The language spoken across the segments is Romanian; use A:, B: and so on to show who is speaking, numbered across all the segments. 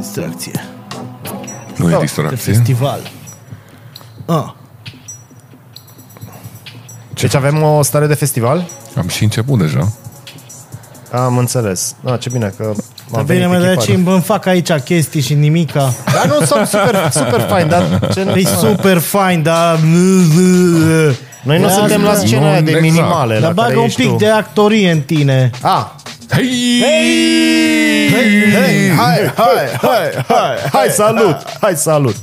A: distracție.
B: Nu e
A: Oh,
B: distracție.
A: De festival. Ah.
C: Deci avem o stare de festival?
B: Am și început deja.
C: Am înțeles. Da, ce bine că
A: Dar
C: am
A: bine,
C: venit
A: mă, de
C: echipat.
A: ce îmi fac aici chestii și nimica?
C: Dar nu, sunt super, super fain, dar ce
A: E super fain, dar...
C: Noi nu
A: Ia
C: suntem la
A: asta.
C: scena aia de
B: Exact.
C: minimale
A: Dar
C: la care
A: bagă un
C: ești
A: pic
C: tu. Ah,
A: de actorie în tine.
C: A,
B: Hei! Hei!
C: hai, hai, hai, hai, hai, salut, hai, salut.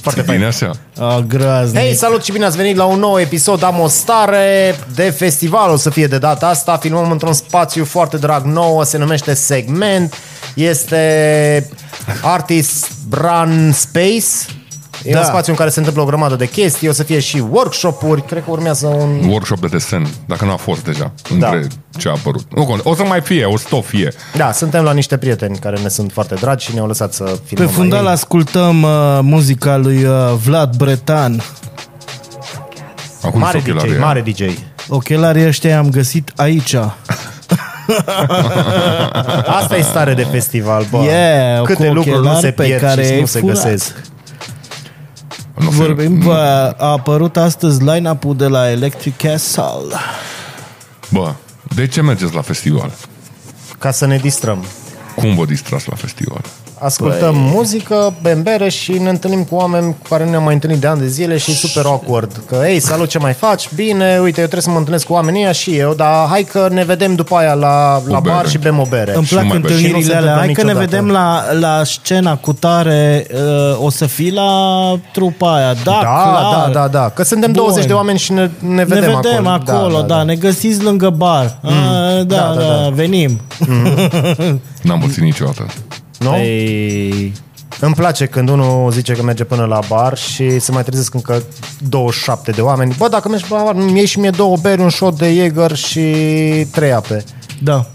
B: Foarte bine așa.
A: A, groaznic.
C: Hei, salut și bine ați venit la un nou episod. Am o stare de festival, o să fie de data asta. Filmăm într-un spațiu foarte drag nou, se numește Segment. Este Artist Brand Space. E da.
A: Da.
C: un spațiu în care se întâmplă o grămadă de chestii, o să fie și workshop-uri, cred că urmează un...
B: Workshop de desen, dacă nu a fost deja, între da. ce a apărut. Nu contează. O să mai fie, o să tot fie.
C: Da, suntem la niște prieteni care ne sunt foarte dragi și ne-au lăsat să
A: Pe
C: filmăm
A: fundal
C: la ei.
A: ascultăm uh, muzica lui uh, Vlad Bretan.
B: Acum
C: Mare
B: sunt ochelarii
C: DJ,
B: aia.
C: mare DJ.
A: Ochelarii ăștia i-am găsit aici.
C: Asta e stare de festival, bă.
A: Yeah,
C: Câte
A: cu
C: lucruri nu
A: ochelari
C: se
A: pe
C: pierd
A: care
C: și
A: ai
C: nu se
A: furat.
C: găsesc.
B: Nu se-
A: Vorbim, bă, a apărut astăzi line-up-ul de la Electric Castle.
B: Bă, de ce mergeți la festival?
C: Ca să ne distrăm.
B: Cum vă distrați la festival?
C: Ascultăm Băi. muzică, bembere și ne întâlnim cu oameni cu care nu ne-am mai întâlnit de ani de zile și e super awkward. Că, ei, salut, ce mai faci? Bine, uite, eu trebuie să mă întâlnesc cu oamenii ăia și eu, dar hai că ne vedem după aia la, la
B: bere.
C: bar și bem o bere.
A: Îmi
B: Și nu
A: plac
B: mai vezi.
C: Și nu
A: întâlnirile
C: se
A: alea. Hai
C: întâmplă
A: că ne
C: niciodată.
A: vedem la, la scena cu tare. Uh, o să fii la trupa aia. Da,
C: Da,
A: clar.
C: da, da, da. Că suntem
A: Bun.
C: 20 de oameni și ne, ne
A: Ne
C: vedem,
A: vedem, acolo, da, ne găsiți lângă bar. Mm. A, da, da, da, da, venim.
B: N-am pățit niciodată.
C: da. Nu?
A: Ei.
C: Îmi place când unul zice că merge până la bar și se mai trezesc încă 27 de oameni. Bă, dacă mergi până la bar, mi iei și mie două beri, un shot de Jäger și trei ape.
A: Da.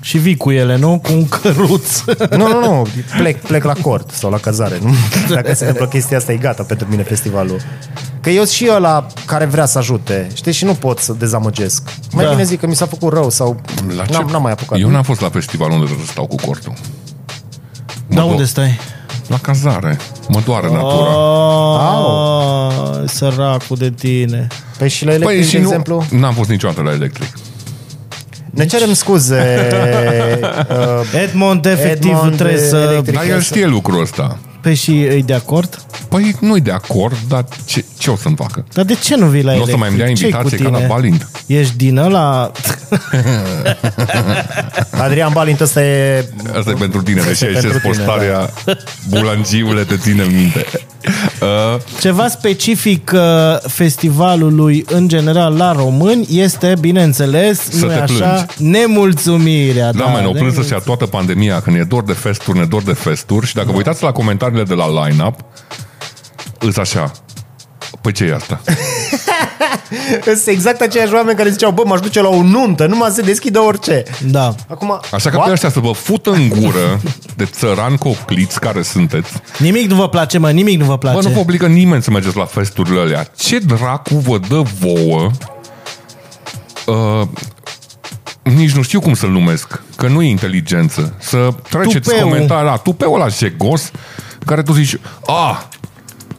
A: Și vii cu ele, nu? Cu un căruț.
C: Nu, nu, nu, plec, plec la cort sau la cazare. Nu? Dacă se întâmplă chestia asta, e gata pentru mine festivalul. Că eu sunt și ăla care vrea să ajute, știi, și nu pot să dezamăgesc. Mai
A: Da.
C: bine zic că mi s-a făcut rău sau
B: La
C: n-am, n-am mai apucat.
B: Eu n-am fost la festival unde stau cu cortul. Mă
A: da,
B: do-
A: unde stai?
B: La cazare. Mă doare natura.
A: Oh, Ah, săracul de tine.
C: Păi și la electric,
B: Păi și
C: de
B: nu,
C: exemplu,
B: n-am fost niciodată la electric.
C: ne cerem scuze. uh,
A: Edmond, efectiv,
C: Edmond,
A: Edmond trebuie
C: e,
A: să...
C: electric.
B: Dar el știe lucrul ăsta.
A: Pe și îi de acord?
B: Păi nu-i de acord, dar ce, ce o să-mi facă?
A: Dar de ce nu vii la
B: Nu o
A: electric?
B: să mai îmi dea
A: Ce-i cu
B: invitație ca
A: tine?
B: la Balint.
A: Ești din ăla...
C: Adrian Balint, ăsta e...
B: Asta e pentru tine, deși ai
C: pentru
B: șes
C: tine,
B: postarea bulangiule, te ține minte. Uh,
A: Ceva specific uh, festivalului în general la români este, bineînțeles,
B: Să
A: nu
B: te
A: așa, nemulțumirea.
B: da, mai
A: ne-
B: ne-au plâns ăștia toată pandemia, că ne e dor de festuri, ne e dor de festuri și dacă vă uitați la comentariile de la line-up, îs așa. Păi ce e asta?
C: Sunt exact aceiași oameni care ziceau, bă, m-aș duce la o nuntă, numai se deschidă orice.
A: Da.
C: Acum,
B: Așa că
C: what?
B: pe ăștia să vă fută în gură de țăran cocliți care sunteți.
A: Nimic nu vă place, mă, nimic nu vă place.
B: Bă, nu vă obligă nimeni să mergeți la festurile alea. Ce dracu vă dă vouă? Uh, nici nu știu cum să-l numesc, că nu e inteligență. Să treceți
A: Tupeu.
B: comentariul la tupeul ăla jegos, care tu zici, a,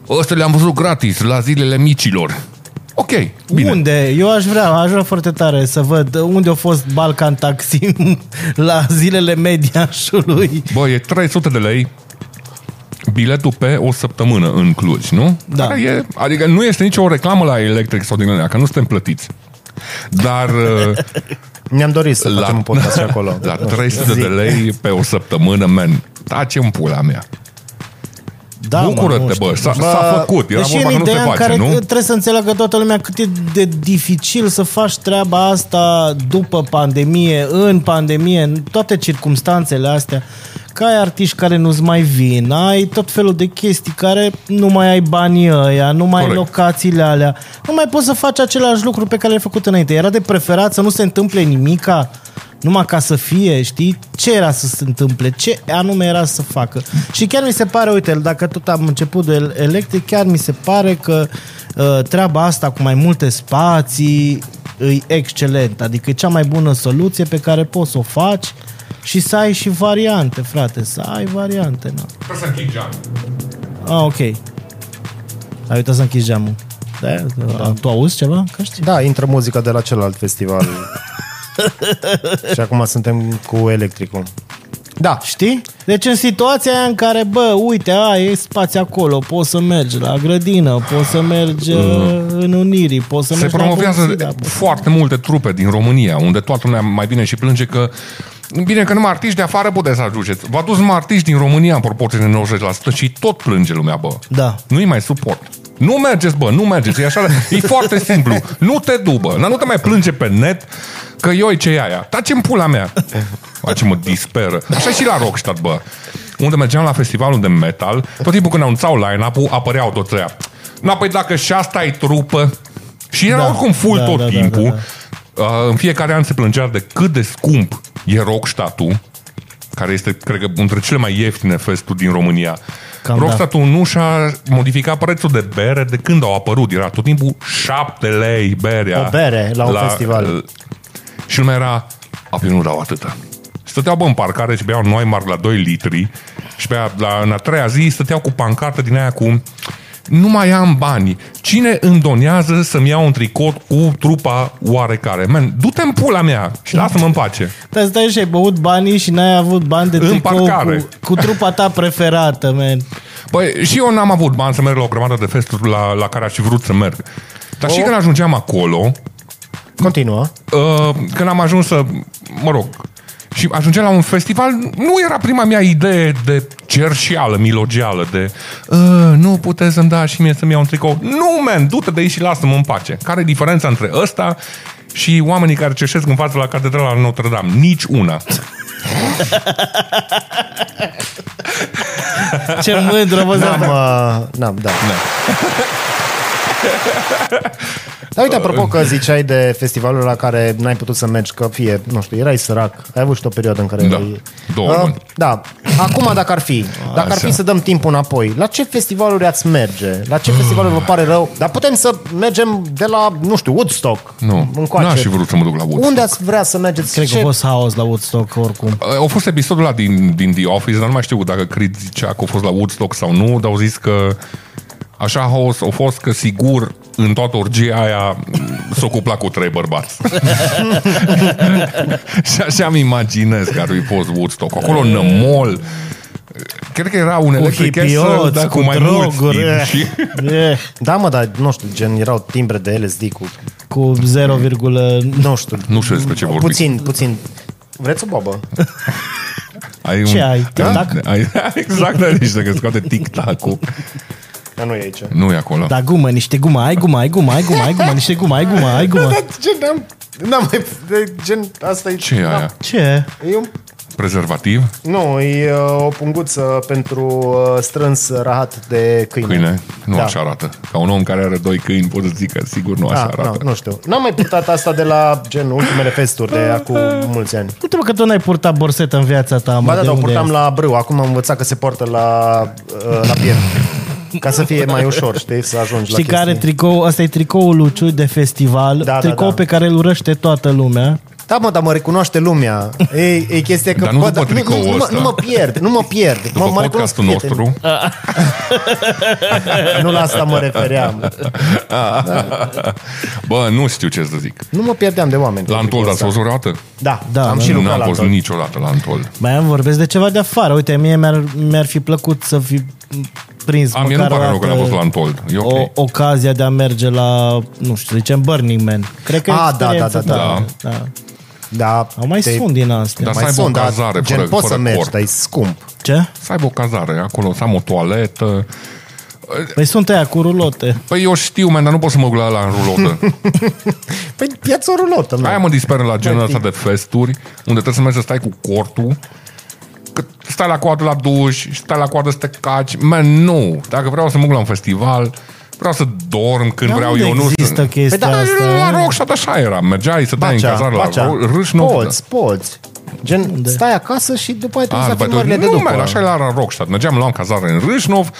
B: ăsta le-am văzut gratis la zilele micilor. Ok, bine.
A: Unde? Eu aș vrea, aș vrea foarte tare să văd unde a fost Balkan Taxim la zilele mediașului.
B: Bă, e 300 de lei biletul pe o săptămână în Cluj, nu?
A: Da.
B: Care E, adică nu este nicio reclamă la Electric sau din alea, că nu suntem plătiți. Dar uh,
C: Ne-am dorit să facem un podcast și acolo.
B: la 300 de lei pe o săptămână, man, tace în pula mea.
A: Da, mă, nu
B: Bucură-te,
A: știu.
B: bă, s-a, s-a făcut. Era
A: Deși
B: vorba
A: în
B: că nu se
A: Deci ideea în
B: face,
A: care
B: nu?
A: trebuie să înțeleagă toată lumea cât e de dificil să faci treaba asta după pandemie, în pandemie, în toate circumstanțele astea, că ai artiști care nu-ți mai vin, ai tot felul de chestii care nu mai ai banii ăia, nu mai ai
B: Corect.
A: locațiile alea, nu mai poți să faci același lucru pe care l-ai făcut înainte. Era de preferat să nu se întâmple nimica numai ca să fie, știi, ce era să se întâmple, ce anume era să facă. Și chiar mi se pare, uite, dacă tot am început de el- electric, chiar mi se pare că uh, treaba asta cu mai multe spații e excelent, adică e cea mai bună soluție pe care poți să o faci Și să ai și variante, frate, să ai variante, na.
B: Trebuie să închid geamul.
A: Ah, ok. Ai uitat să închizi geamul. Da, da. Tu auzi ceva? Căști?
C: Da, intră muzica de la celălalt festival. și acum suntem cu electricul. Da,
A: Știi? Deci în situația aia în care, bă, uite, a, e spațiu acolo, poți să mergi la grădină, poți să mergi uh, în Unirii, poți să
B: Mm. Se
A: mergi la
B: promovează
A: Bumsida, poți-
B: foarte multe trupe din România, unde toată lumea mai bine și plânge că Bine că numai artiști de afară puteți să ajungeți. V-a dus numai artiști din România în proporție de 90% și tot plânge lumea, bă.
A: Da.
B: Nu-i mai suport. Nu mergeți, bă, nu mergeți. E, așa, e foarte simplu. Nu te dubă. Nu te mai plânge pe net că eu ce e aia. Taci în pula mea. A, ce mă disperă. Așa e și la Rockstad, bă. Unde mergeam la festivalul de metal, tot timpul când anunțau line-up-ul, apăreau toți ăia. Na, păi dacă și asta e trupă, și era
A: Da.
B: oricum full
A: Da,
B: tot
A: da, da,
B: timpul.
A: da, da.
B: Uh, În fiecare an se plângea de cât de scump e Rockstatul, care este, cred că, între cele mai ieftine festuri din România.
A: Cam da.
B: Rockstatul nu și-a modificat prețul de bere de când au apărut. Era tot timpul 7 lei berea.
C: O bere la un festival.
B: uh, Și lumea era, apoi nu dau atâta. Stăteau bă în parcare și beau noi mari la 2 litri și bea, la, în a treia zi stăteau cu pancarte din aia cu nu mai am bani. Cine îmi donează să-mi iau un tricot cu trupa oarecare? Man, du-te în pula mea și lasă-mă în pace.
A: Te stai și ai băut banii și n-ai avut bani de
B: În
A: tricou
B: parcare.
A: cu, cu trupa ta preferată, man.
B: Păi și eu n-am avut bani să merg la o grămadă de festuri la, la care aș fi vrut să merg. Dar și
C: O.
B: când ajungeam acolo,
C: continuă.
B: uh, când am ajuns să, mă rog, și ajungeam la un festival, nu era prima mea idee de cerșeală, milogeală, de "Uh, nu puteți să-mi dați și mie să-mi iau un tricou. Nu, man, du-te de aici și lasă-mă în pace. Care e diferența între ăsta și oamenii care cerșesc în fața la catedrala Notre-Dame? Nici una.
A: Ce mândră, bă,
C: N-am,
A: da,
C: uh, n-am, da. Dar uite, apropo că ziceai de festivalul la care n-ai putut să mergi, că fie, nu știu, erai sărac, ai avut și tu o perioadă în care
B: Da.
C: erai...
B: Două
C: Ah,
B: luni.
C: Da. Acum, dacă ar fi, dacă ar
B: Așa.
C: fi să dăm timpul înapoi, la ce festivaluri ați merge? La ce festivaluri vă pare rău? Dar putem să mergem de la, nu știu, Woodstock.
B: Nu,
C: Încoace.
B: n-aș fi vrut să mă duc la Woodstock.
C: Unde ați vrea să mergeți?
A: Cred că
C: Ce-
A: a fost haos la Woodstock oricum.
B: Uh, Au fost episodul ăla din, din The Office, dar nu mai știu dacă Creed zicea că a fost la Woodstock sau nu, dar au zis că așa haos a fost că sigur în toată orgia aia s-o cupla cu trei bărbați. și așa îmi imaginez că ar fi fost Woodstock. Acolo în mall, cred că era un electric castle, dar cu, mai mulți
A: droguri,
B: timp
A: eh,
B: și...
A: eh,
C: Da, mă, dar nu știu, gen, erau timbre de LSD cu,
A: Cu 0,
C: nu știu,
B: Nu știu despre ce vorbi.
C: puțin, puțin. Vreți o bobă?
B: Ai
A: Ce ai,
B: Da?
A: tic-tac?
B: ai exact, dar nici dacă scoate tic-tac-ul.
C: Dar nu e aici.
B: Nu e acolo.
A: Da, gumă, niște gumă, ai gumă, ai gumă, ai gumă, ai gumă, niște gumă, ai gumă, ai gumă.
C: Da, gen, n-am, n-am mai, de- gen, asta e... Da.
B: Ce e
A: Da.
B: aia?
A: Ce?
C: E un,
B: Prezervativ?
C: nu, e uh, o punguță pentru uh, strâns rahat de câine.
B: câine, nu
C: Da.
B: da. așa arată. Ca un om care are doi câini, pot să zic că sigur nu așa
C: Ah,
B: arată.
C: nu, nu știu. N-am mai purtat asta de la, gen, ultimele festuri de acum mulți ani.
A: Uite mă că tu n-ai purtat borsetă în viața ta, mă,
C: Ba da,
A: de
C: dar o
A: unde
C: purtam
A: e?
C: la brâu. Acum am învățat că se poartă la, uh, la piept. Ca să fie mai ușor, știi, să ajungi
A: Știi
C: la
A: care
C: chestii.
A: tricou, ăsta e tricoul lui Ciu de festival,
C: da,
A: tricou
C: da.
A: pe care îl urăște toată lumea.
C: Da, mă, dar mă recunoaște lumea. E, e chestia că...
B: Dar nu
C: bă,
B: după
C: nu,
B: tricoul
C: nu, nu, mă-
B: ăsta.
C: nu mă pierd, nu mă pierd. mă,
B: După
C: mă recunosc
B: podcastul
C: prietenii.
B: nostru,
C: Nu la asta mă refeream.
B: bă, nu știu ce să zic.
C: Nu mă pierdeam de oameni.
B: La Antol, dar ați fost vreodată?
C: Da, da,
A: Da,
C: am
A: da.
C: și
B: Nu
C: lucrat
B: am
C: la
B: fost
C: Antol.
B: niciodată la Antol.
A: Mai am vorbesc de ceva de afară. Uite, mie mi-ar, mi-ar fi plăcut să fi prins
B: A, mie
A: măcar
B: nu pare
A: o
B: rău că n-am
A: dată
B: fost la Antol. E ok.
A: o ocazia de a merge la, nu știu, zicem Burning Man. Cred că e
C: Ah, da,
A: experiența
C: da, da,
A: ta.
B: da.
A: da.
C: Da,
A: Au mai
C: te-
A: sunt din astea.
B: Da.
A: Da.
B: Să
C: mai
B: aibă
C: sunt,
B: o
C: dar
B: cazare
C: gen,
B: fără-
C: poți să
B: fără
C: mergi,
B: corp.
C: dar e scump.
A: Ce?
B: Să aibă o cazare acolo, să am o toaletă.
A: Păi sunt aia cu rulote.
B: Păi eu știu, man, dar nu pot să mă gândesc la în rulotă.
C: Păi ia-ți o rulotă,
A: Da.
B: Aia
C: mă.
B: mă disperă la genul ăsta de festuri, unde trebuie să mergi să stai cu cortul, că stai la coadă la duș, stai la coadă să te caci. Man, nu. Dacă vreau să mă duc la un festival, vreau să dorm când
A: Dar
B: vreau
A: unde
B: eu. Nu
A: există chestia
C: Păi da,
A: asta?
B: La Rockshot așa era. Mergeai să dai în
C: Pacea,
B: cazare la
C: pacea.
B: ro- râș nu
C: Poți, poți. Gen,
A: Da.
C: stai acasă și după aia
B: A,
A: Păi
C: trebuie să
B: Ah, după
C: filmările de
B: nu, man,
C: după.
B: așa era la Rockstad. Mergeam, luam cazare în Râșnov,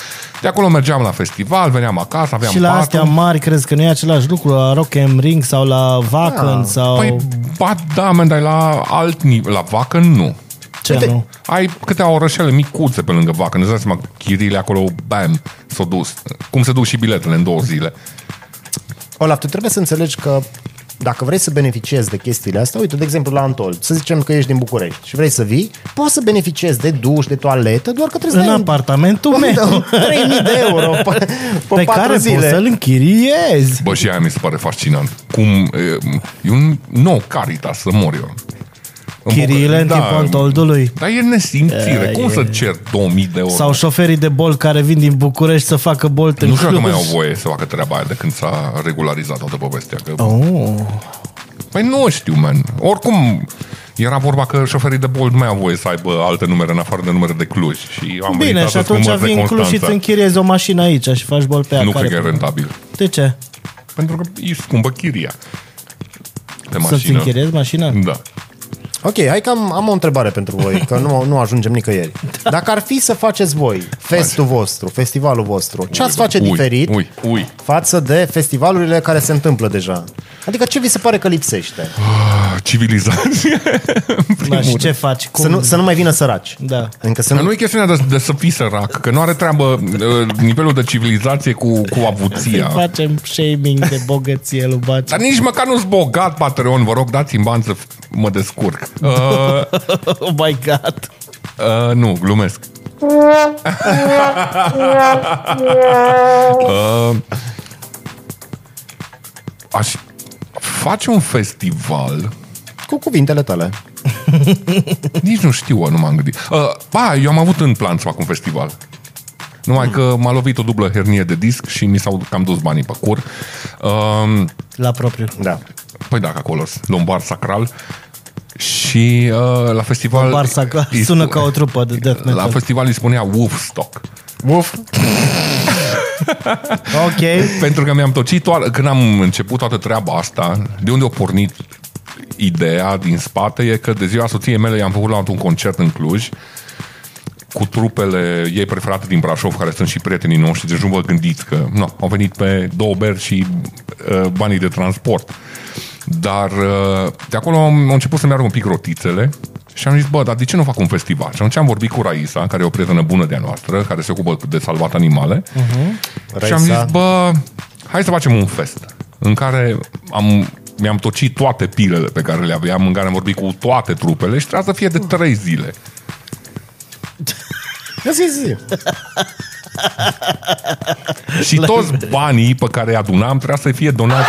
B: de acolo mergeam la festival, veneam acasă, aveam
A: Și la
B: patul.
A: astea mari crezi că nu e același lucru la Rock and Ring sau
C: Ah.
A: la Vacan sau...
B: Păi, ba, da, man, dar e la alt nivel. La Vacă, nu.
A: Ce nu?
B: ai câteva orășele micuțe pe lângă vacă. Ne dați seama, chirile acolo, bam, s-au dus. Cum se duc și biletele în două zile.
C: Olaf, tu trebuie să înțelegi că dacă vrei să beneficiezi de chestiile astea, uite, de exemplu, la Antol, să zicem că ești din București și vrei să vii, poți să beneficiezi de duș, de toaletă, doar că trebuie
A: În
C: să dai un-
A: apartamentul meu.
C: 3000 de euro pe, pe
A: Pe
C: 4
A: care
C: zile.
A: poți să-l închiriezi.
B: Bă, și aia mi se pare fascinant. Cum, e, e un nou caritas să mor eu. În
A: Chiriile
B: Bucă-
A: în timpul Antoldului.
B: Dar e nesimțire.
A: Da,
B: Cum
A: e-
B: să cer 2000 de euro?
A: Sau șoferii de bolt care vin din București să facă bolt în
B: nu știu dacă mai
A: Cluj.
B: au voie să facă treaba aia de când s-a regularizat toată povestea. Că...
A: Oh.
B: Păi nu știu, man. Oricum, era vorba că șoferii de Bolt nu mai au voie să aibă alte numere în afară de numere de Cluj. Și am venit
A: Bine, și
B: astăzi cu
A: atunci
B: mărți de
A: vii în Cluj și
B: Constanța.
A: îți închiriezi o mașină aici și faci bolt pe ea.
B: Nu
A: care...
B: cred că e rentabil.
A: De ce?
B: Pentru că îi scumpă chiria pe
A: Să-ți
B: mașină.
A: închiriezi mașina?
B: Da.
C: Ok, hai că am, am o întrebare pentru voi, că nu, nu ajungem nicăieri. Dacă ar fi să faceți voi festul vostru, festivalul vostru, ce ați face
B: ui,
C: diferit
B: Ui, ui.
C: față de festivalurile care se întâmplă deja? Adică ce vi se pare că lipsește?
B: Ah, Civilizație.
A: Da, și ce faci? Cum?
C: Să nu, să nu mai vină săraci.
A: Da.
C: Încă să
B: Dar
C: nu...
B: nu e chestiunea de, de să fii sărac, că nu are treabă uh, nivelul de civilizație cu, cu avuția.
A: Facem shaming de bogăție lui Baci.
B: Dar nici măcar nu-s bogat, Patreon, vă rog, dați-mi bani să f- mă descurc. Uh,
A: Oh my god.
B: Uh, nu, glumesc. uh, aș face un festival,
C: Cu cuvintele tale.
B: nici nu știu, nu m-am gândit. Uh, ba, eu am avut în plan să fac un festival. Numai că m-a lovit o dublă hernie de disc și mi s-au cam dus banii pe cur. Uh,
A: La propriu.
C: Da.
B: păi dacă acolo, lombar sacral. Și uh, la festival...
A: Barça că
B: îi
A: sună
B: spu-
A: ca o trupă de death
B: La
A: metal.
B: festival îi spunea Wolfstock.
C: Uf.
A: Ok.
B: Pentru că mi-am tocit toată, când am început toată treaba asta, de unde a pornit ideea din spate e că de ziua soției mele i-am făcut la un concert în Cluj cu trupele ei preferate din Brașov, care sunt și prietenii noștri, deci nu vă gândiți că nu, au venit pe două beri și uh, banii de transport. Dar uh, de acolo am au început să meargă un pic rotițele și am zis, bă, dar de ce nu fac un festival? Și atunci am vorbit cu Raisa, care e o prietenă bună de-a noastră, care se ocupă de salvat animale, și am
C: Raisa.
B: zis, bă, hai să facem un fest în care am, mi-am tocit toate pilele pe care le aveam, în care am vorbit cu toate trupele și trebuia să fie de trei zile.
C: Ia zi, zi.
B: Și toți banii pe care îi adunam trebuia să fie donați.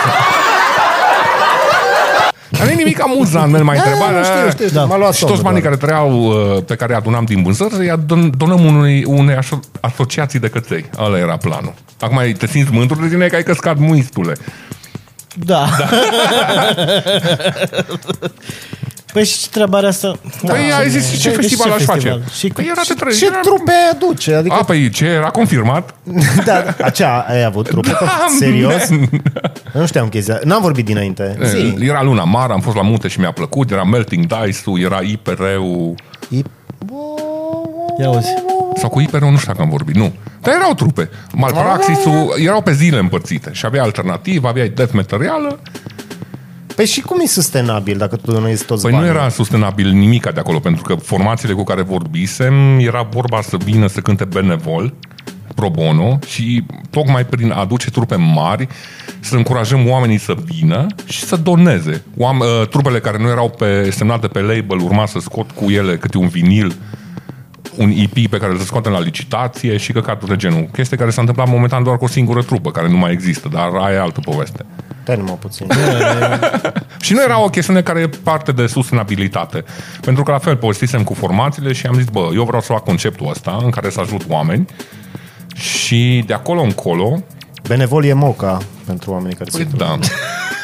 B: Dar nu e nimic amuzant, nu mai întreba.
C: Da, nu știu, știu, da. știu, m-a luat
B: Și toți
C: somnul,
B: banii care trăiau, uh, pe care îi adunam din vânzări, îi adun- donăm unei, unei aso- asociații de căței. Ăla era planul. Acum te simți mândru de tine că ai căscat muistule.
A: Da. Păi și ce întrebarea asta...
B: Păi ai zis și ce
A: Păi, deci
B: festival aș face?
A: festival? Și cu...
B: Păi era de trei.
C: Ce
B: era-
C: trupe aduce? Adică,
B: A, păi ce, era confirmat?
C: da, acea ai avut trupe?
B: Da,
C: Serios?
B: man.
C: Nu știam chestia. N-am vorbit dinainte.
B: Eh,
C: Zi.
B: Era luna mare, am fost la munte și mi-a plăcut, era Melting Dice-ul, era IPR-ul,
A: Ia uzi.
B: sau cu IPR-ul nu știu dacă am vorbit, nu. Dar erau trupe. Malpraxis-ul, erau pe zile împărțite și aveai alternativă, aveai death materială.
C: Păi și cum e sustenabil dacă tu donezi toți
B: Păi nu
C: banii?
B: era sustenabil nimica de acolo, pentru că formațiile cu care vorbisem era vorba să vină să cânte benevol, pro bono, și tocmai prin a aduce trupe mari să încurajăm oamenii să vină și să doneze. Oam- uh, trupele care nu erau pe, semnate pe label urma să scot cu ele câte un vinil un EP pe care îl scoatem la licitație și căcatul de genul. Chestie care s-a întâmplat momentan doar cu o singură trupă care nu mai există, dar aia e altă poveste.
C: Stai numai puțin.
B: Și nu era o chestiune care e parte de sustenabilitate. Pentru că la fel povestisem cu formațiile și am zis, bă, eu vreau să fac conceptul ăsta în care să ajut oameni și de acolo încolo,
C: Benevol e moca pentru oamenii care se
B: păi, da,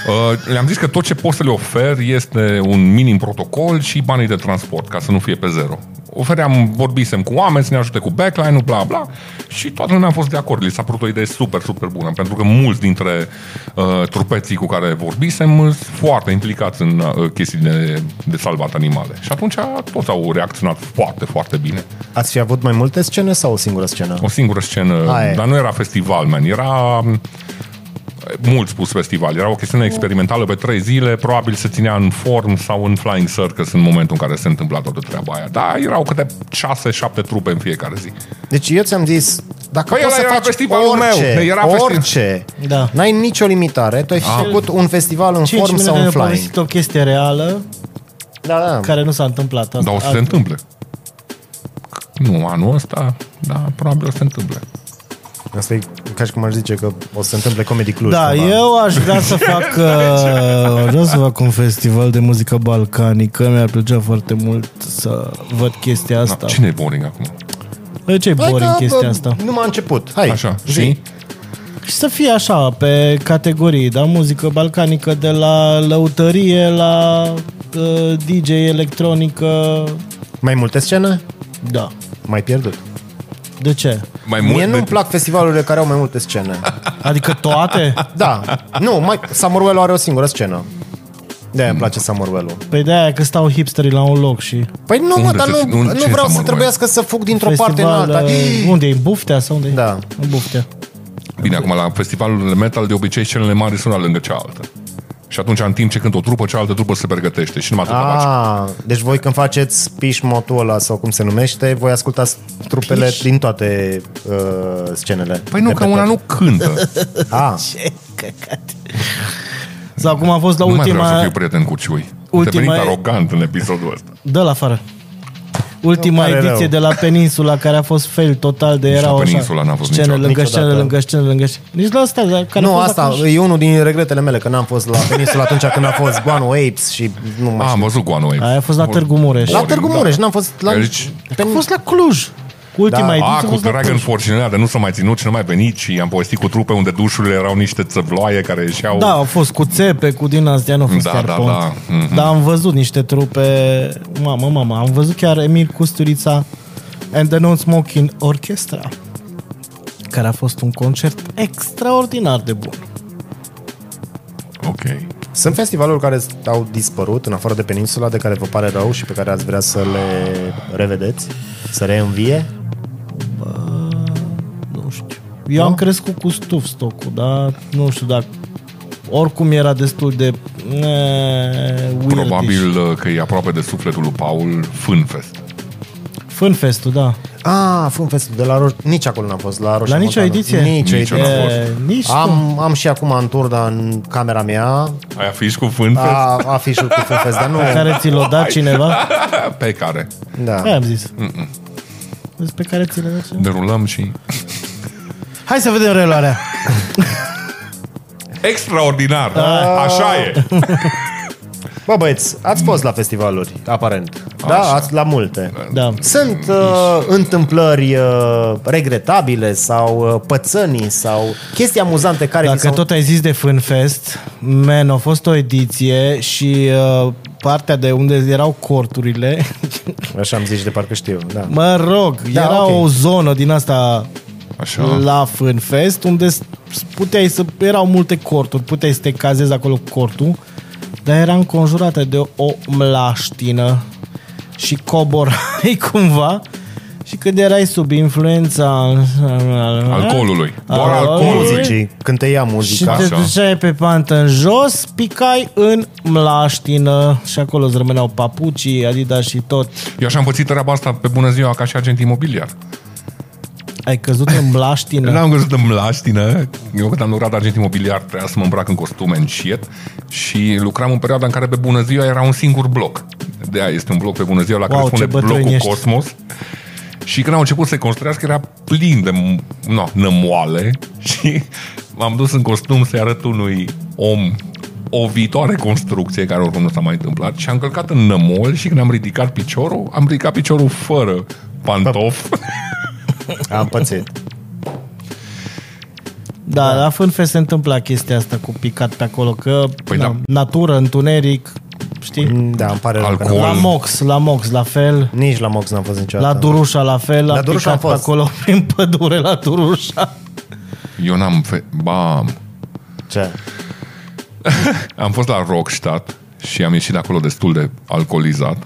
B: Uh, le-am zis că tot ce pot să le ofer este un minim protocol și banii de transport, ca să nu fie pe zero. Ofeream, vorbisem cu oameni să ne ajute cu backline-ul, bla, bla, și toată lumea a fost de acord. Li s-a părut o idee super, super bună, pentru că mulți dintre uh, trupeții cu care vorbisem sunt foarte implicați în uh, chestii de, de salvat animale. Și atunci toți au reacționat foarte, foarte bine.
C: Ați fi avut mai multe
B: Oh.
C: scene sau o singură scenă?
B: O singură scenă,
C: Aia e.
B: dar nu era festival, man, era mm, mult spus festival. Era o chestiune experimentală pe trei zile, probabil se ținea în form sau în flying circus în momentul în care se întâmpla toată treaba aia. Dar erau câte șase, șapte trupe în fiecare zi.
C: Deci eu ți-am zis, dacă
B: Păi
C: păi poți să
B: ăla era
C: faci
B: festivalul
C: orice,
B: meu, Păi era
C: era
B: festi- Ah.
C: orice,
A: Da.
C: n-ai nicio limitare, tu ai făcut un festival în
A: 5
C: form
A: minute
C: sau
A: ne-a
C: în flying.
A: povestit o chestie reală
C: Da, da.
A: care nu s-a întâmplat. Asta,
B: Dar o să se
A: alt-
B: întâmple. Nu anul ăsta, dar probabil o să se întâmple.
C: Asta e ca și cum aș zice că o să se întâmple Comedy Cluj.
A: Da,
C: cumva.
A: eu aș vrea să fac
B: Da,
A: uh, vreau să fac un festival de muzică balcanică, mi-ar plăcea foarte mult să văd chestia asta.
B: Da. Cine e boring acum?
A: Bă, Ce
C: Hai
A: boring
C: că, bă,
A: chestia asta.
C: Nu m-a început. Hai.
B: Așa,
C: zi.
B: și?
A: Și să fie așa, pe categorii, da? Muzică balcanică de la lăutărie la uh, DJ electronică,
C: Mai multe scenă?
A: da.
C: Mai pierdut.
A: De ce?
B: Mai
C: Mie
B: mult
C: nu-mi
B: de...
C: plac festivalurile care au mai multe scene.
A: Adică toate?
C: Da. Nu, mai, Samuel are o singură scenă. De-aia îmi place Samuel
A: Păi de-aia că stau hipsterii la un loc și
C: Păi nu, mă,
B: Unde
C: dar
B: se- unde- ce
C: nu, nu vreau
B: Samuel
C: să
B: Well?
C: trebuiască să fug dintr-o parte în
A: festival...
C: alta.
A: uh, Unde e? În Buftea sau unde e?
C: Da.
A: În Buftea.
B: Bine, acum la festivalul de metal de obicei scenele mari sunt la lângă cealaltă. Și atunci, în timp ce cânt o trupă, cealaltă trupă se pregătește și numai tu faci.
C: Ah, deci voi când faceți pișmotul ăla sau cum se numește, voi ascultați trupele
A: Piș?
C: din toate uh, scenele.
B: Păi nu,
C: De
B: că
C: pe
B: una
C: tot.
B: nu cântă.
C: Ah,
A: Ce căcat. Sau cum a fost la
B: nu mai vreau să
A: ultima...
B: fiu prieten cu Ciui.
A: ultima-
B: Ultima... Devenit arogant în episodul ăsta.
A: Dă-l afară. Ultima
C: Nu, pare
A: ediție
C: rău.
A: de la Peninsula care a fost fail total de
B: la
A: era
B: Peninsula n-a fost
A: scene
B: niciodată.
A: lângă scene
C: Niciodată.
A: lângă scene lângă scene. Nici la asta dar care
C: nu,
A: a fost
C: asta
A: atunci.
C: e unul din regretele mele, că n-am fost la peninsula atunci când a fost Guano Apes și nu mai
B: Ah, da.
C: știu.
B: am văzut Guano Apes.
A: Aia a fost la Târgu Mureș.
C: La
A: boring,
C: Târgu Mureș, n-am fost la...
B: Deci-
A: A fost la Cluj. Ultima
C: Da.
A: ediție a
B: A, cu
A: fost la
B: Dragon
A: Cluj.
B: Force și din alea de nu s-a mai ținut și nu mai venit și am povestit cu trupe unde dușurile erau niște țăvloaie care ieșeau...
A: Da, au fost cu țepe, cu din astea, nu a fost
B: Da,
A: chiar
B: da,
A: pont.
B: da. Mhm.
A: Dar am văzut niște trupe, mamă, mamă, am văzut chiar Emil Custurița and the Non-Smoking Orchestra, care a fost un concert extraordinar de bun.
B: Ok.
C: Sunt festivaluri care au dispărut în afară de peninsula, de care vă pare rău și pe care ați vrea să le revedeți, să reînvie.
A: Nu știu. Eu am crescut cu stuf stocul, dar nu știu dacă... Oricum era destul de... E, weirdish.
B: Probabil uh, că e aproape de sufletul lui Paul Fânfest.
A: Fânfestul, da.
C: Ah, fun festul de la Roș... Nici acolo n-am fost, la Roș
A: La nicio ediție?
C: Nicio
B: Nicio
C: ediție.
B: n-am fost.
A: E, nici tu.
C: Am, am și acum în tur, dar în camera mea
B: Ai afiș cu Fânfest?
C: a, afișul cu Fun Fest, dar nu...
A: Care ți l-a dat Ah, da, cineva?
B: Pe care
C: Da.
A: Aia am zis. Despre care ți le dat cineva?
B: derulăm și...
A: Hai să vedem reluarea.
B: Extraordinar!
A: Ah.
B: Așa e!
C: Bă băieți, ați fost la festivaluri, aparent.
B: Așa.
C: Da, ați la multe.
A: Da.
C: Sunt uh, întâmplări uh, regretabile sau uh, pățănii sau chestii amuzante care vi
A: Dacă
C: s-au...
A: tot ai zis de Fânfest, man, a fost o ediție și uh, partea de unde erau corturile,
C: Așa am zis și de parcă știu, da.
A: mă rog, da,
C: Da,
A: era okay.
C: ok.
A: o zonă din asta
B: Așa.
A: la Fânfest unde s- puteai să, erau multe corturi, puteai să te cazezi acolo cu cortul, dar era înconjurată de o mlaștină și coborai cumva și când erai sub influența
B: Alcoolului. Doar
A: Al-
B: alcoolului.
C: Muzicii, când te ia
A: Și
C: muzica.
A: te
B: Așa.
A: duceai pe pantă în jos, picai în mlaștină și acolo îți rămâneau papucii, Adidas și tot.
B: Eu așa am pățit treaba asta pe bună ziua ca și agent imobiliar.
A: Ai căzut în mlaștină.
B: N-am găsit în mlaștină. Eu când am lucrat la agent imobiliar trebuia să mă îmbrac în costume, în șiet și lucram în perioada în care pe bună ziua era un singur bloc. De aia este un bloc pe bună ziua la
A: Wow,
B: care spune
A: ce bătrân
B: blocul
A: ești.
B: Cosmos. Și când au început să construiască era plin de m- no, nămoale și m-am dus în costum să-i arăt unui om o viitoare construcție care oricum nu s-a mai întâmplat și am călcat în nămol și când am ridicat piciorul, am ridicat piciorul fără pantof.
C: Am pățit.
A: Da, la Fânfest se întâmpla chestia asta cu picat pe acolo, că
B: Păi
A: na,
B: da.
A: natură, întuneric, știi?
C: Da, îmi pare rău. că
B: Alcool.
C: n-am-
A: La Mox, la Mox, la fel.
B: Da,
C: Nici la Mox n-am fost
A: La
C: niciodată.
A: Durușa, la fel. La,
C: La Durușa
A: picat
C: am
A: pe
C: fost.
A: acolo prin pădure, la Durușa.
B: Eu n-am... Fe- Bam!
C: Ce?
B: Am fost la Rockstadt și am ieșit de acolo destul de alcoolizat.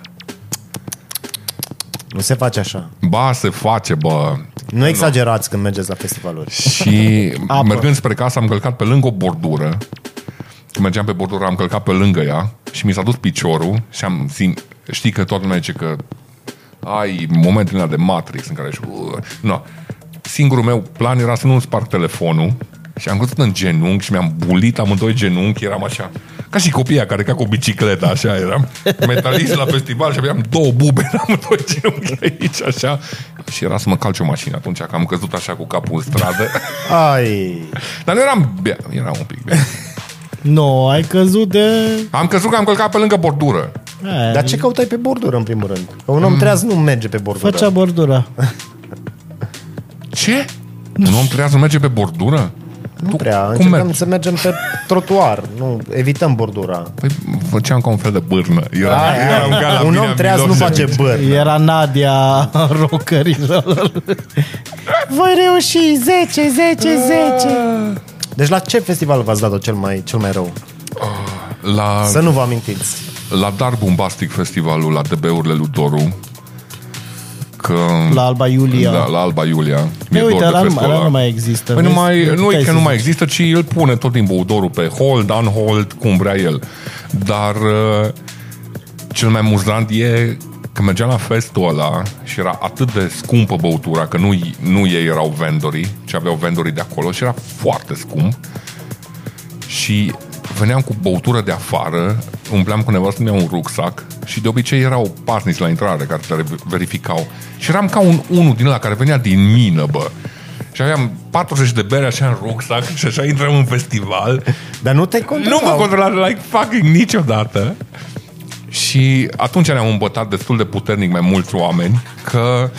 C: Nu se face așa.
B: Ba, se face, bă.
C: Nu exagerați când mergeți la festivaluri.
B: Și
A: Apă.
B: mergând spre casă am călcat pe lângă o bordură. Când mergeam pe bordură, am călcat pe lângă ea și mi s-a dus piciorul și am simt, știi că toată lumea zice că ai momentele alea de Matrix în care ești... "Uah." No. Singurul meu plan era să nu-mi sparg telefonul și am căzut în genunchi și mi-am bulit amândoi genunchi, eram așa, ca și copiii care ca cu bicicleta, așa eram, metalist la festival și aveam două bube la amândoi genunchi aici, așa, și era să mă calci o mașină atunci, că am căzut așa cu capul în stradă.
C: Ai,
B: Dar nu eram bea, eram un pic bea.
A: Nu, no, ai căzut de...
B: Am crezut că am călcat pe lângă bordură.
A: Aia,
B: Da,
C: dar ce căutai pe bordură în primul rând? Că un om treaz nu merge pe bordură.
A: Făcea bordura.
B: Ce? Un om trebuia să merge pe bordură?
C: Nu prea,
B: cum
C: încercăm
B: mergi?
C: să mergem pe trotuar, nu, evităm bordura.
B: Păi făceam ca un fel de bârnă. Eu
C: Da,
B: eram, eu eram ca la
C: un
B: mine,
C: om treaz nu face
B: Milosevic.
C: băr.
A: Era Nadia rocărilor. Voi reuși 10, 10, 10.
C: Deci la ce festival v-ați dat-o cel mai, cel mai rău?
B: La,
C: Să nu vă amintiți.
B: la Dar Bombastic Festivalul, la DB-urile lui Doru, că...
A: La Alba Iulia.
B: Da, la Alba Iulia. Mi-e
A: E, uite,
B: dor de
A: ăla nu,
B: festul
A: ăla
B: ăla.
A: nu mai există.
B: Păi nu,
A: vezi?
B: mai, nu
A: Puteai
B: e că
A: să
B: nu mai
A: zici.
B: există, ci îl pune tot timpul odorul pe hold, on hold, cum vrea el. Dar uh, cel mai amuzant e că mergeam la festul ăla și era atât de scumpă băutura, că nu, nu ei erau vendorii, ci aveau vendorii de acolo și era foarte scump. Și veneam cu băutură de afară, umpleam cu nevastă mea un rucsac și de obicei erau pasnici la intrare care te verificau. Și eram ca un unul din ăla care venea din mină, bă. Și aveam 40 de bere așa în rucsac și așa intrăm în festival.
C: Dar nu te controlau.
B: Nu mă controla like fucking niciodată. Și atunci ne-am îmbătat destul de puternic mai mulți oameni că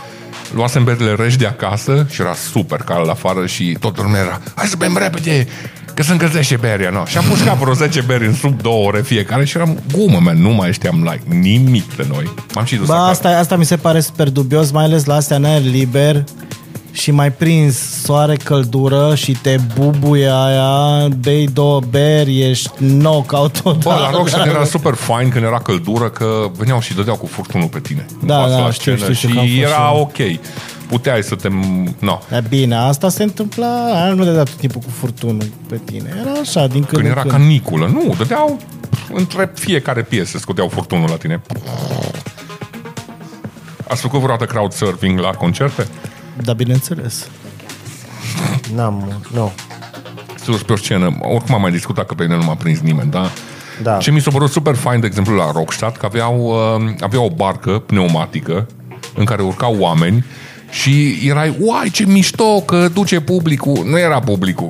B: luasem berile rești de acasă și era super cald afară și toată lumea era hai să bem repede că se încălzește beria, no? Și am pușcat vreo 10 beri în sub două ore fiecare și eram gumă, man, nu mai știam like nimic de noi. M-am și dus
A: Ba,
B: acasă.
A: asta, asta mi se pare super dubios, mai ales la astea în aer liber și mai prins soare, căldură și te bubuie aia, bei două beri, ești knockout
B: Bă,
A: total.
B: la Rockset era super fain când era căldură că veneau și dădeau cu furtunul pe tine. în
A: Da,
B: fața
A: da,
B: la
A: știu,
B: scenă
A: știu, știu că am
B: și
A: fost și
B: era
A: eu.
B: ok. Puteai să te... No.
A: Da, bine, asta se întâmpla, aia nu de dat tot timpul cu furtunul pe tine. Era așa, din când,
B: Când
A: în
B: era
A: când.
B: caniculă, nu, dădeau între fiecare piesă, scoteau furtunul la tine. Ați făcut vreodată crowd surfing la concerte?
A: Da, bineînțeles.
C: N-am, nu.
B: Sus pe o scenă, oricum am mai discutat că pe mine nu m-a prins nimeni, da?
C: Da.
B: Ce mi s-a părut super fain, de exemplu, la Rockstad, că aveau, uh, aveau o barcă pneumatică în care urcau oameni și erai, uai, ce mișto că duce publicul. Nu era publicul.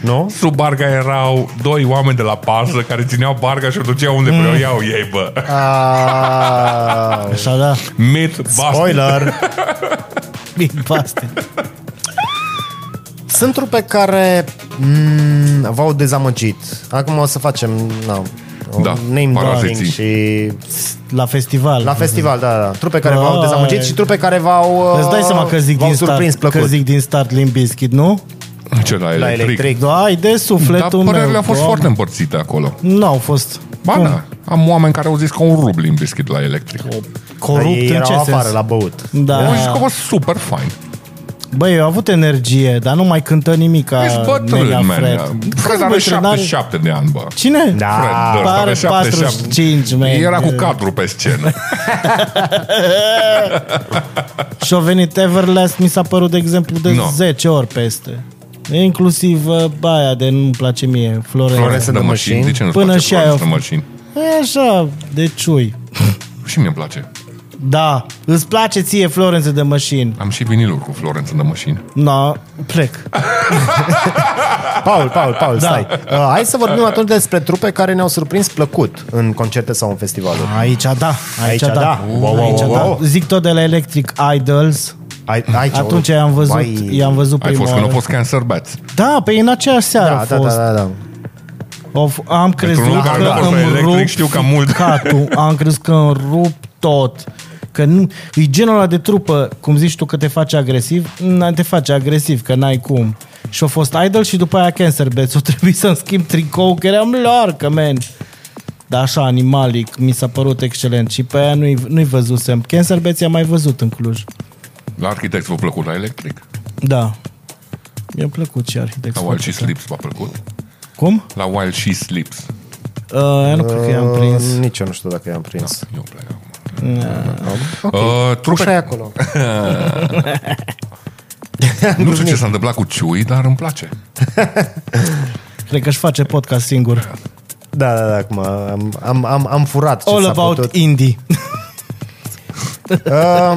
C: Nu?
B: Sub barca erau doi oameni de la pază care țineau barca și o duceau unde vreau iau ei, bă.
C: Aaa,
A: Așa, da,
B: Myth
C: spoiler!
A: bine, paste.
C: Sunt trupe care mm, v-au dezamăgit. Acum o să facem na, un
B: Da,
C: name
B: paraziții.
C: darling și...
A: La festival.
B: Mhm.
C: La festival, da, da. Trupe care v-au
A: Ai.
C: dezamăgit și trupe care v-au... uh,
A: Îți dai seama că zic,
C: v-au
A: din
C: surprins
A: start,
C: plăcut.
A: că zic din start Limp Bizkit, nu?
B: Ce la electric?
C: la electric.
A: Da, ai de
B: Dar
A: sufletul
B: părerile
A: meu.
B: au fost
A: Doamne.
B: foarte împărțite acolo.
A: Nu au fost.
B: Ba
A: Cum?
B: da, am oameni care au zis că un rubli în bischit la electric. O,
C: Dar
A: Corupt
C: ei
A: în ce
C: Păi erau afară
A: sens?
C: la băut.
A: Da.
B: Au zis că a fost super fain.
A: Băi, eu au avut energie, dar nu mai cântă nimic.
B: Ești bătrân, Păi man. Păi, Fred are 77 de ani, bă.
A: Cine?
C: Da.
B: Fred Durst
A: Pare
B: are 77.
A: 45, man.
B: Era cu cadru pe scenă.
A: Și au venit Everlast, mi s-a părut, de exemplu, de
B: Nu.
A: 10 ori peste. Inclusiv uh, aia de nu-mi place mie, Florența.
B: Florenț
C: de
B: de
C: mașini.
B: mașini. De ce nu-ți
A: Până
B: place
A: și aia
B: Florenț
A: a
B: de mașini?
A: E așa, de ciui.
B: Și mie îmi place.
A: Da, îți place ție Florențe de mașini.
B: Am și viniluri cu Florenț de mașini.
A: Na, plec.
C: Paul, Paul, Paul, da. stai. Uh, hai să vorbim atunci despre trupe care ne-au surprins plăcut în concerte sau în festivaluri.
A: Aici da, aici,
C: Aici
A: da.
C: da. Wow, wow,
A: aici
C: wow,
A: da.
C: wow.
A: Zic tot de la Electric Idols.
C: Ai, aici,
A: Atunci i-am văzut, i-am văzut
B: Ai
A: prima
B: fost când au
A: oară.
B: fost Cancer Bats.
A: Da, pe în aceeași seară
C: da,
A: a
C: da,
A: fost.
C: da, da, da.
A: Of, am crezut
B: unul
A: că
B: care n-a fost
A: îmi
B: la electric,
A: rup
B: știu că mult.
A: ficatul, am crezut că îmi rup tot. Că nu, e genul ăla de trupă, cum zici tu că te face agresiv, n te face agresiv, că n-ai cum. Și a fost idol și după aia cancer, beț. O trebuie să-mi schimb tricou, că eram lor, că man. dar așa animalic, mi s-a părut excelent și pe aia nu-i, nu-i văzusem. Cancerbeți am mai văzut în Cluj.
B: La arhitect v-a plăcut la electric?
A: Da. Mi-a plăcut și arhitect.
B: La Wild She Sleeps v-a plăcut?
A: Cum?
B: La Wild She Sleeps.
A: Uh, eu nu cred că i-am prins. Da.
C: Uh, Nici eu nu știu dacă i-am prins.
B: Eu plec acum.
C: Da.
B: Uh,
C: Ușa e
B: trupe,
C: acolo.
B: nu știu ce s-a întâmplat cu Ciui, dar îmi place.
A: Cred că își face podcast singur.
C: Da, da, da, acum am, am, am, am furat ce
A: All
C: s-a
A: about
C: putut.
A: indie.
C: Uh,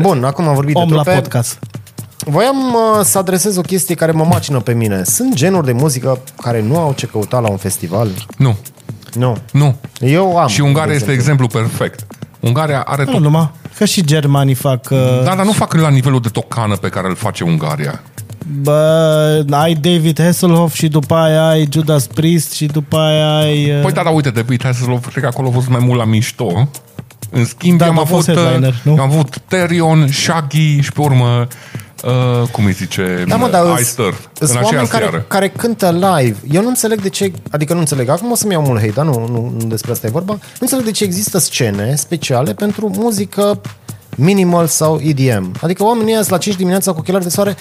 C: bun, acum am vorbit
A: Om
C: de
A: la
C: trupe.
A: podcast.
C: Voiam uh, să adresez o chestie care mă macină pe mine. Sunt genuri de muzică care nu au ce căuta la un festival?
B: Nu,
C: Nu.
B: nu.
C: Eu am.
B: Și Ungaria
C: de
B: este
C: exemplu.
B: exemplu perfect. Ungaria are
A: Nu
B: tot.
A: numai. Că și germanii fac... Uh,
B: Da, dar nu fac la nivelul de tocană pe care îl face Ungaria.
A: bă, ai David Hasselhoff și după aia ai Judas Priest și după aia ai... Uh,
B: Păi da, dar uite, de Pete Hasselhoff, cred că acolo a fost mai mult la mișto. În schimb,
A: Da,
B: da, am,
A: dar a fost
B: avut,
A: headliner, nu?
B: uh, am avut Terion, Shaggy și pe urmă, uh, cum îi zice,
C: Da, mă, dar
B: Ice
C: îs-
B: Earth,
C: îs
B: în
C: oameni
B: aceeași
C: care,
B: seară.
C: care cântă live. Eu nu înțeleg de ce, adică nu înțeleg, acum o să-mi iau mult hate, dar nu, nu, nu despre asta e vorba. Nu înțeleg de ce există scene speciale pentru muzică minimal sau EDM. Adică oamenii ăia sunt la 5 dimineața cu ochelari de soare,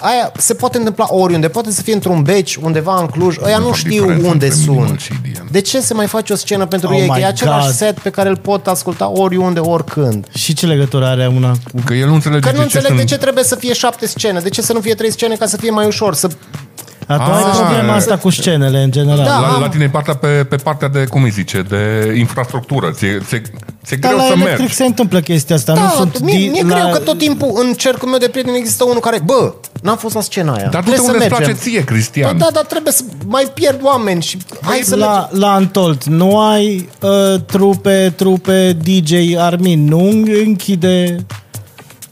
C: aia se poate întâmpla oriunde, poate să fie într-un beci, undeva în Cluj, ăia
B: Nu
C: nu
B: fac
C: știu
B: diferență
C: unde
B: între minimal
C: sunt.
B: și EDM.
C: De ce se mai face o scenă pentru
A: Oh
C: ei? Că
A: my
C: e același
A: God.
C: set pe care îl pot asculta oriunde, oricând.
A: Și ce legătură are una cu...
B: Că el nu înțelege
C: Că nu
B: de ce
C: înțeleg de
B: sunt
C: ce trebuie să fie șapte scene, de ce să nu fie trei scene ca să fie mai ușor, să
A: Atunci
B: Ah,
A: ai problema
B: da.
A: asta cu scenele în general.
C: Da.
B: La,
C: Am-
B: la tine e partea pe, pe partea de, cum îi zice, de infrastructură. Ți-e, ți-e, ți-e
A: Dar
B: greu
A: la
B: să
A: electric
B: mergi.
A: se întâmplă chestia asta.
C: Da,
A: nu sunt
C: mie, mie
A: la...
C: greu că tot timpul în cercul meu de prieteni există unul care, bă, n-am fost la scena aia.
B: Dar
C: Trebuie
B: du-te
C: să
B: unde îți
C: mergem.
B: place ție,
C: Păi
B: Cristian.
C: da, dar trebuie să mai pierd oameni și hai să la...
A: la, la Antolt, nu ai uh, trupe, trupe, DJ, Armin, nu închide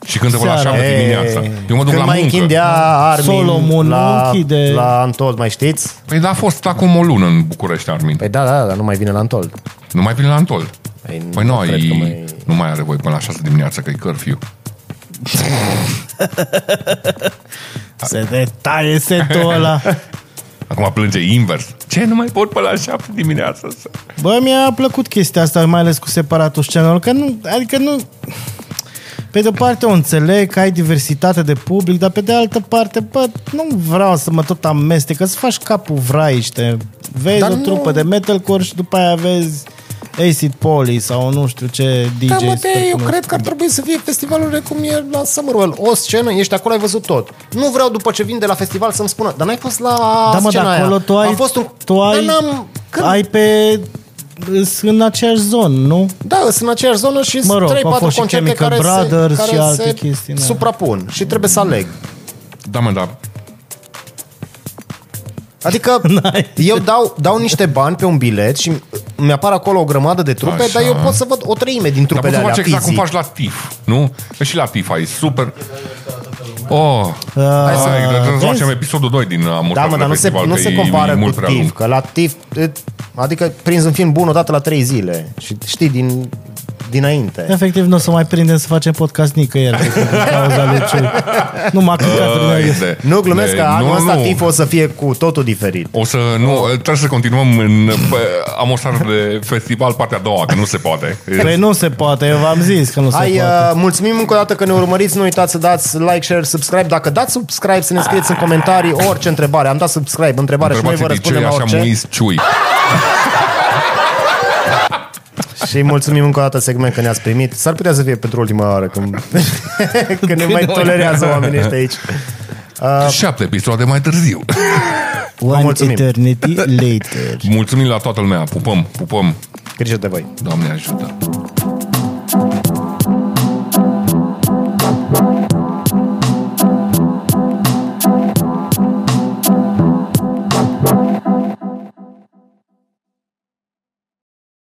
B: Și când te vor la
A: Seara.
B: 7 dimineața. Eu mă duc
C: da, Când
B: la
C: mai
B: muncă.
C: închindea Armin
A: Solomon, nu
C: la,
A: închide.
C: la Antold, mai știți?
B: Păi da, a fost acum o lună în București, Armin.
C: Păi da, da, da, dar nu mai vine la Antold.
B: Nu mai vine la Antol.
C: Păi nu
B: Păi nu,
C: cred
B: ai,
C: că mai-
B: nu mai are voi până la 6 dimineața, că e curfew.
A: se detaie setul ăla.
B: Acum plânge invers. Ce, nu mai pot până la 7 dimineața? să-
A: Bă, mi-a plăcut chestia asta, mai ales cu separatul scenelor, că nu, adică nu... Pe de o parte o înțeleg că ai diversitate de public, dar pe de altă parte, bă, nu vreau să mă tot amestec, că să faci capul vraiște. Vezi
C: Dar
A: o
C: nu-
A: trupă de metalcore și după aia vezi Acid Poly sau nu știu ce DJ.
C: Da, mă, de, eu cred că ar trebui să fie festivalurile cum e la Summerwell. O scenă, ești acolo, ai văzut tot. Nu vreau după ce vin de la festival să-mi spună, dar n-ai fost la
A: da, mă,
C: scena
A: dar acolo
C: aia.
A: tu ai,
C: A fost un...
A: tu ai,
C: Dar n-am... Când...
A: ai pe, îs în aceeași zonă, nu?
C: Da, sunt în aceeași zonă și
A: Mă rog,
C: sunt 3-4
A: au fost și
C: concerte
A: Chemical
C: care,
A: Brothers
C: se, care
A: și alte
C: se
A: chestii, da.
C: suprapun și trebuie să aleg.
B: Da, mă, da.
C: Adică eu dau, dau niște bani pe un bilet și mi-apar acolo o grămadă de trupe,
B: Așa.
C: dar eu pot să văd o treime din
B: Dar poți
C: trupele
B: să faci
C: alea
B: exact cum
C: fizic.
B: faci la TIF, nu? Că și la TIF ai super... Oh,
A: Hai
B: hai să, trebuie să
A: vezi?
B: facem episodul 2 din Amorțatul
C: Uh, Da, mă, dar nu se, nu se compară cu TIF, că la TIF, ît- adică prinzi un film bun odată la 3 zile și știi din, dinainte.
A: Efectiv, nu o să mai prindem să facem podcast nicăieri. din cauza lui Ciu. Nu m-a căcat în el.
C: Nu glumesc că anul ăsta
B: nu.
C: TIF o să fie cu totul diferit.
B: O să, nu,
C: Oh.
B: trebuie să continuăm în pe, Amosar de festival partea a doua, că nu se poate.
A: Păi nu se poate, eu v-am zis că nu se
C: Hai,
A: poate.
C: uh, mulțumim încă o dată că ne urmăriți. Nu uitați să dați like, share, subscribe. Dacă dați subscribe, să ne scrieți în comentarii orice întrebare. Am dat subscribe, întrebare și noi vă
B: Întrebați de ce
C: răspundem la
B: așa
C: orice.
B: muis ciui.
C: Și mulțumim încă o dată segment că ne-ați primit. S-ar putea să fie pentru ultima oară când, când ne mai tolerează oamenii ăștia aici. Uh.
B: Șapte episoade mai târziu.
A: One
C: mulțumim.
A: eternity later.
B: Mulțumim la toată lumea. Pupăm, pupăm.
C: Grijă de voi!
B: Doamne ajută.